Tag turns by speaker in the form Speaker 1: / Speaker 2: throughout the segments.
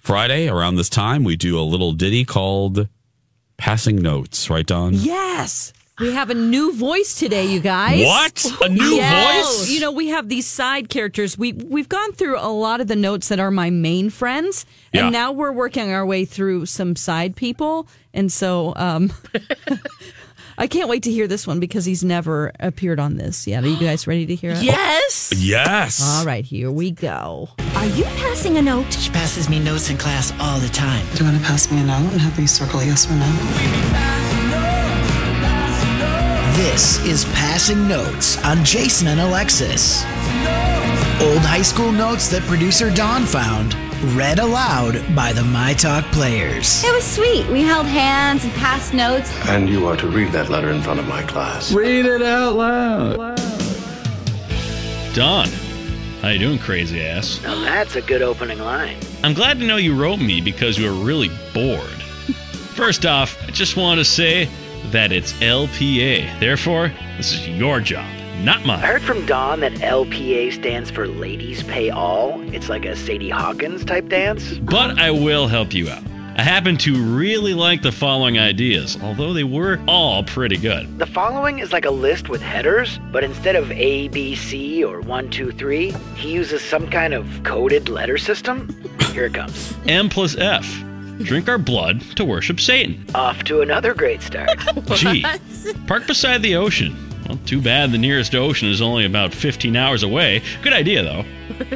Speaker 1: Friday around this time, we do a little ditty called Passing Notes, right, Don?
Speaker 2: Yes. We have a new voice today, you guys.
Speaker 1: What? A new
Speaker 2: Yes.
Speaker 1: voice?
Speaker 2: You know, we have these side characters. We we've gone through a lot of the notes that are my main friends,
Speaker 1: Yeah.
Speaker 2: and now we're working our way through some side people. And so, um, I can't wait to hear this one because he's never appeared on this yet. Are you guys ready to hear it?
Speaker 3: Yes.
Speaker 1: yes.
Speaker 2: All right, here we go.
Speaker 4: Are you passing a note?
Speaker 3: She passes me notes in class all the time.
Speaker 5: Do you want to pass me a note and have me circle yes or no?
Speaker 3: This is Passing Notes on Jason and Alexis. Old high school notes that producer Don found, read aloud by the My Talk players.
Speaker 4: It was sweet. We held hands and passed notes.
Speaker 6: And you are to read that letter in front of my class.
Speaker 7: Read it out loud. Don, how you doing, crazy ass?
Speaker 8: Now that's a good opening line.
Speaker 7: I'm glad to know you wrote me because you were really bored. First off, I just want to say that it's LPA. Therefore, this is your job, not
Speaker 8: I
Speaker 7: mine.
Speaker 8: heard from Don that LPA stands for Ladies Pay All. It's like a Sadie Hawkins type dance.
Speaker 7: But I will help you out. I happen to really like the following ideas, although they were all pretty good.
Speaker 8: The following is like a list with headers, but instead of A, B, C, or 1, 2, 3, he uses some kind of coded letter system. Here it comes.
Speaker 7: M plus F. Drink our blood to worship Satan.
Speaker 8: Off to another great start.
Speaker 7: Gee, park beside the ocean. Well, too bad the nearest ocean is only about 15 hours away. Good idea, though.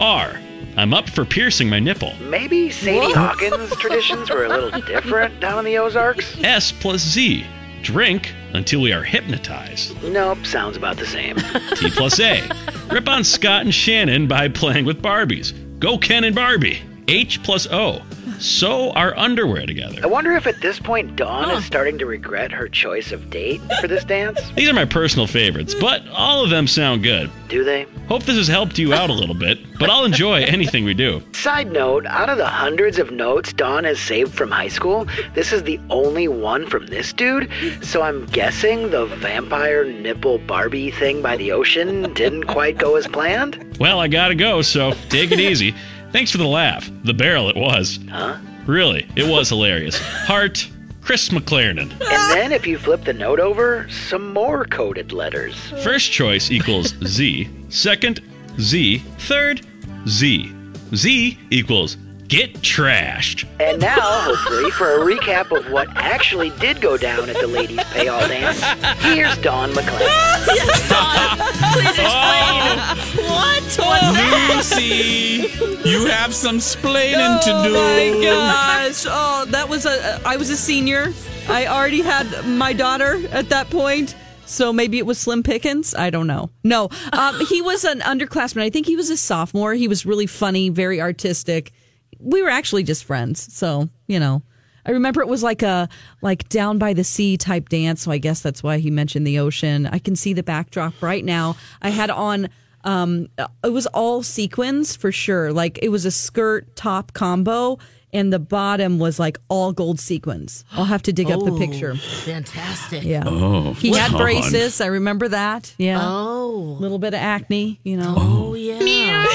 Speaker 7: R. I'm up for piercing my nipple.
Speaker 8: Maybe Sadie Hawkins' traditions were a little different down in the Ozarks?
Speaker 7: S plus Z. Drink until we are hypnotized.
Speaker 8: Nope, sounds about the same.
Speaker 7: T plus A. Rip on Scott and Shannon by playing with Barbies. Go Ken and Barbie. H plus O. Sew our underwear together.
Speaker 8: I wonder if at this point Dawn is starting to regret her choice of date for this dance.
Speaker 7: These are my personal favorites, but all of them sound good.
Speaker 8: Do they?
Speaker 7: Hope this has helped you out a little bit, but I'll enjoy anything we do.
Speaker 8: Side note, out of the hundreds of notes Dawn has saved from high school, this is the only one from this dude, so I'm guessing the vampire nipple Barbie thing by the ocean didn't quite go as planned?
Speaker 7: Well, I gotta go, so take it easy. Thanks for the laugh. The barrel it was.
Speaker 8: Huh?
Speaker 7: Really, it was hilarious. Heart, Chris McLaren.
Speaker 8: And then if you flip the note over, some more coded letters.
Speaker 7: First choice equals Z. Second, Z. Third, Z. Z equals get trashed.
Speaker 8: And now, hopefully, for a recap of what actually did go down at the ladies' pay all dance, here's Dawn McClain.
Speaker 7: Oh,
Speaker 2: What was that?
Speaker 9: Lucy, you have some splaining to do.
Speaker 7: Oh.
Speaker 2: my gosh! Oh, that was a. I was a senior. I already had my daughter at that point, so maybe it was Slim Pickens. I don't know. No, um, he was an underclassman. I think he was a sophomore. He was really funny, very artistic. We were actually just friends, so you know. I remember it was like a like down by the sea type dance, so I guess that's why he mentioned the ocean. I can see the backdrop right now. I had on um it was all sequins for sure. Like it was a skirt top combo and the bottom was like all gold sequins. I'll have to dig up the picture.
Speaker 3: Oh, Fantastic.
Speaker 2: Yeah.
Speaker 1: Oh,
Speaker 2: He had
Speaker 1: God.
Speaker 2: braces. I remember that. Yeah.
Speaker 3: Oh.
Speaker 2: little bit of acne, you know.
Speaker 3: Oh, yeah.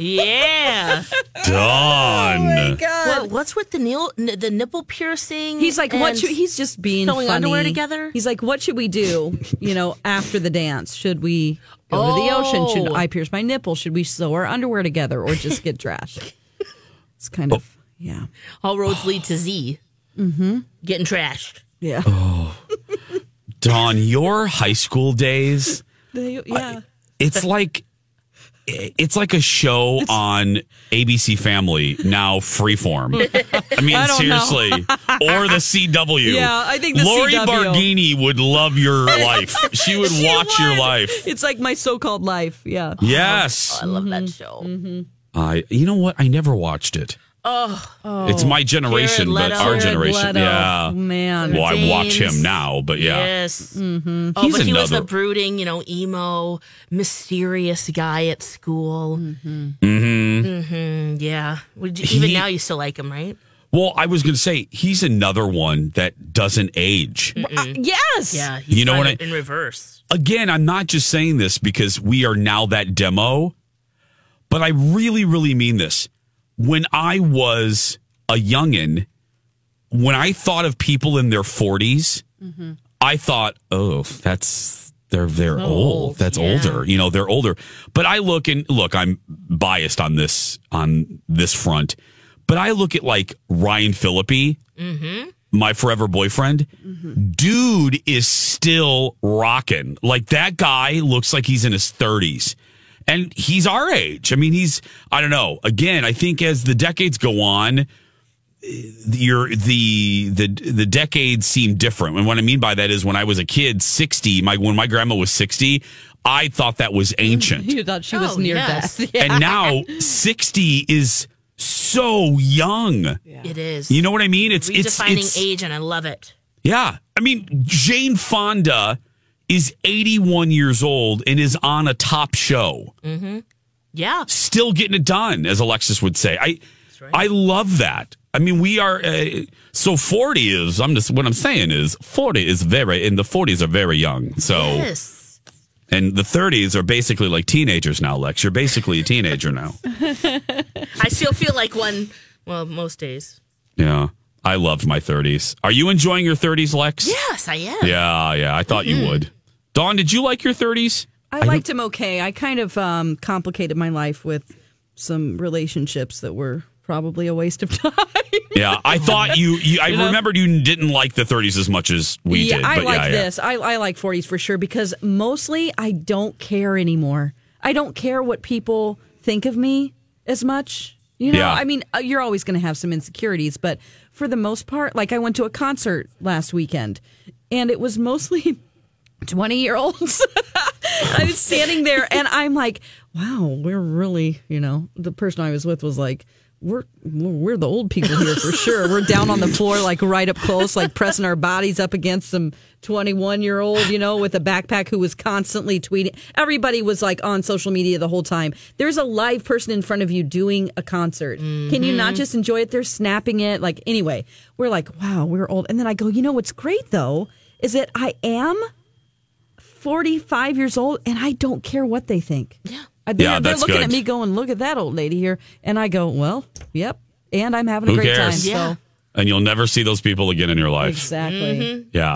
Speaker 3: yeah.
Speaker 1: Don.
Speaker 3: What, what's with the, nil, n- the nipple piercing?
Speaker 2: He's like, what
Speaker 3: and-
Speaker 2: should, he's just being
Speaker 3: sewing
Speaker 2: funny.
Speaker 3: underwear together?
Speaker 2: He's like, what should we do? You know, after the dance, should we go to the ocean? Should
Speaker 3: Oh.
Speaker 2: I pierce my nipple? Should we sew our underwear together or just get trashed? It's kind of Yeah.
Speaker 6: All roads lead to Z.
Speaker 2: Mm-hmm.
Speaker 6: Getting trashed.
Speaker 2: Yeah.
Speaker 7: Oh. Dawn, your high school days,
Speaker 2: They, yeah.
Speaker 7: it's like it's like a show on ABC Family now freeform. I mean
Speaker 2: I don't know.
Speaker 7: seriously. or the CW.
Speaker 2: Yeah, I think the
Speaker 7: Lori
Speaker 2: CW.
Speaker 7: Barghini would love your life. She would
Speaker 2: She
Speaker 7: watch your
Speaker 2: would.
Speaker 7: life.
Speaker 2: It's like my so-called life. Yeah.
Speaker 7: Yes. Oh, I
Speaker 6: love that show.
Speaker 7: I you know what? I never watched it.
Speaker 6: Oh,
Speaker 7: It's my generation,
Speaker 6: Jared
Speaker 7: but
Speaker 6: Leto.
Speaker 7: our generation.
Speaker 6: Jared Leto.
Speaker 7: Yeah.
Speaker 2: Man.
Speaker 7: Well, I watch
Speaker 6: Danes.
Speaker 7: him now, but yeah.
Speaker 6: Yes. Mm-hmm. Oh,
Speaker 7: He's
Speaker 6: but he was the
Speaker 7: another-
Speaker 6: brooding, you know, emo, mysterious guy at school. Mm-hmm.
Speaker 7: hmm
Speaker 6: Mm-hmm. Yeah. Would you, even
Speaker 7: He-
Speaker 6: now you still like him, right?
Speaker 7: Well, I was going to say he's another one that doesn't age.
Speaker 2: yes.
Speaker 6: Yeah. He's
Speaker 7: You know
Speaker 6: kind
Speaker 7: what
Speaker 6: of
Speaker 7: I-
Speaker 6: in reverse.
Speaker 7: Again, I'm not just saying this because we are now that demo, but I really, really mean this. When I was a youngin, when I thought of people in their 40s, I thought, oh, that's they're they're
Speaker 10: Mm-hmm. So
Speaker 7: old.
Speaker 10: old,
Speaker 7: That's
Speaker 10: yeah.
Speaker 7: older. You know, they're older. But I look and look, I'm biased on this on this front. But I look at like Ryan Philippi,
Speaker 6: Mm-hmm.
Speaker 7: my forever boyfriend. Dude is still rocking. Like that guy looks like he's in his 30s. And he's our age. I mean, he's I don't know. Again, I think as the decades go on, your the the the decades seem different. And what I mean by that is when I was a kid, sixty, my when my grandma was sixty, I thought that was ancient.
Speaker 2: You thought she was
Speaker 6: Oh,
Speaker 2: near
Speaker 6: yes.
Speaker 2: death. Yeah.
Speaker 7: And now sixty is so young.
Speaker 6: It is.
Speaker 7: You know what I mean? It's it's,
Speaker 6: Redefining
Speaker 7: it's
Speaker 6: age, and I love it.
Speaker 7: yeah. I mean, Jane Fonda is eighty one years old and is on a top show
Speaker 6: Mm-hmm. Yeah.
Speaker 7: still getting it done, as Alexis would say. I I love that. I mean, we are uh, so forty is. I'm just what I'm saying is forty is very, and the forties are very young. So
Speaker 6: Yes.
Speaker 7: and the thirties are basically like teenagers now. Lex, you're basically a teenager now.
Speaker 6: I still feel like one, well, most days.
Speaker 7: Yeah, I loved my thirties. Are you enjoying your thirties, Lex?
Speaker 6: Yes, I am. Mm-hmm.
Speaker 7: Yeah, yeah. I thought you would. Dawn, did you like your thirties?
Speaker 2: I liked him okay. I kind of um, complicated my life with some relationships that were probably a waste of time.
Speaker 7: Yeah, I thought you. you I
Speaker 2: You know?
Speaker 7: remembered you didn't like the thirties as much as we
Speaker 2: yeah,
Speaker 7: did.
Speaker 2: I
Speaker 7: but
Speaker 2: like
Speaker 7: yeah, yeah.
Speaker 2: this. I, I like 40s for sure because mostly I don't care anymore. I don't care what people think of me as much. You know,
Speaker 11: Yeah.
Speaker 2: I mean, uh, you're always going to have some insecurities, but for the most part, like I went to a concert last weekend and it was mostly 20 year olds. I was standing there and I'm like, wow, we're really, you know, the person I was with was like, we're we're the old people here for sure. We're down on the floor, like right up close, like pressing our bodies up against some twenty-one-year-old, you know, with a backpack who was constantly tweeting. Everybody was like on social media the whole time. There's a live person in front of you doing a concert. Can you not
Speaker 6: Mhm.
Speaker 2: just enjoy it? They're snapping it. Like anyway, we're like, wow, we're old. And then I go, you know what's great though is that I am 45 years old and I don't care what they think. Yeah.
Speaker 7: Yeah,
Speaker 2: They're, they're
Speaker 7: that's
Speaker 2: looking
Speaker 7: good.
Speaker 2: at me going, look at that old lady here. And I go, well, yep. And I'm having a
Speaker 7: Who
Speaker 2: great
Speaker 7: cares?
Speaker 2: time.
Speaker 7: And you'll never see those people again in your
Speaker 2: So,
Speaker 7: life.
Speaker 2: exactly.
Speaker 7: Yeah.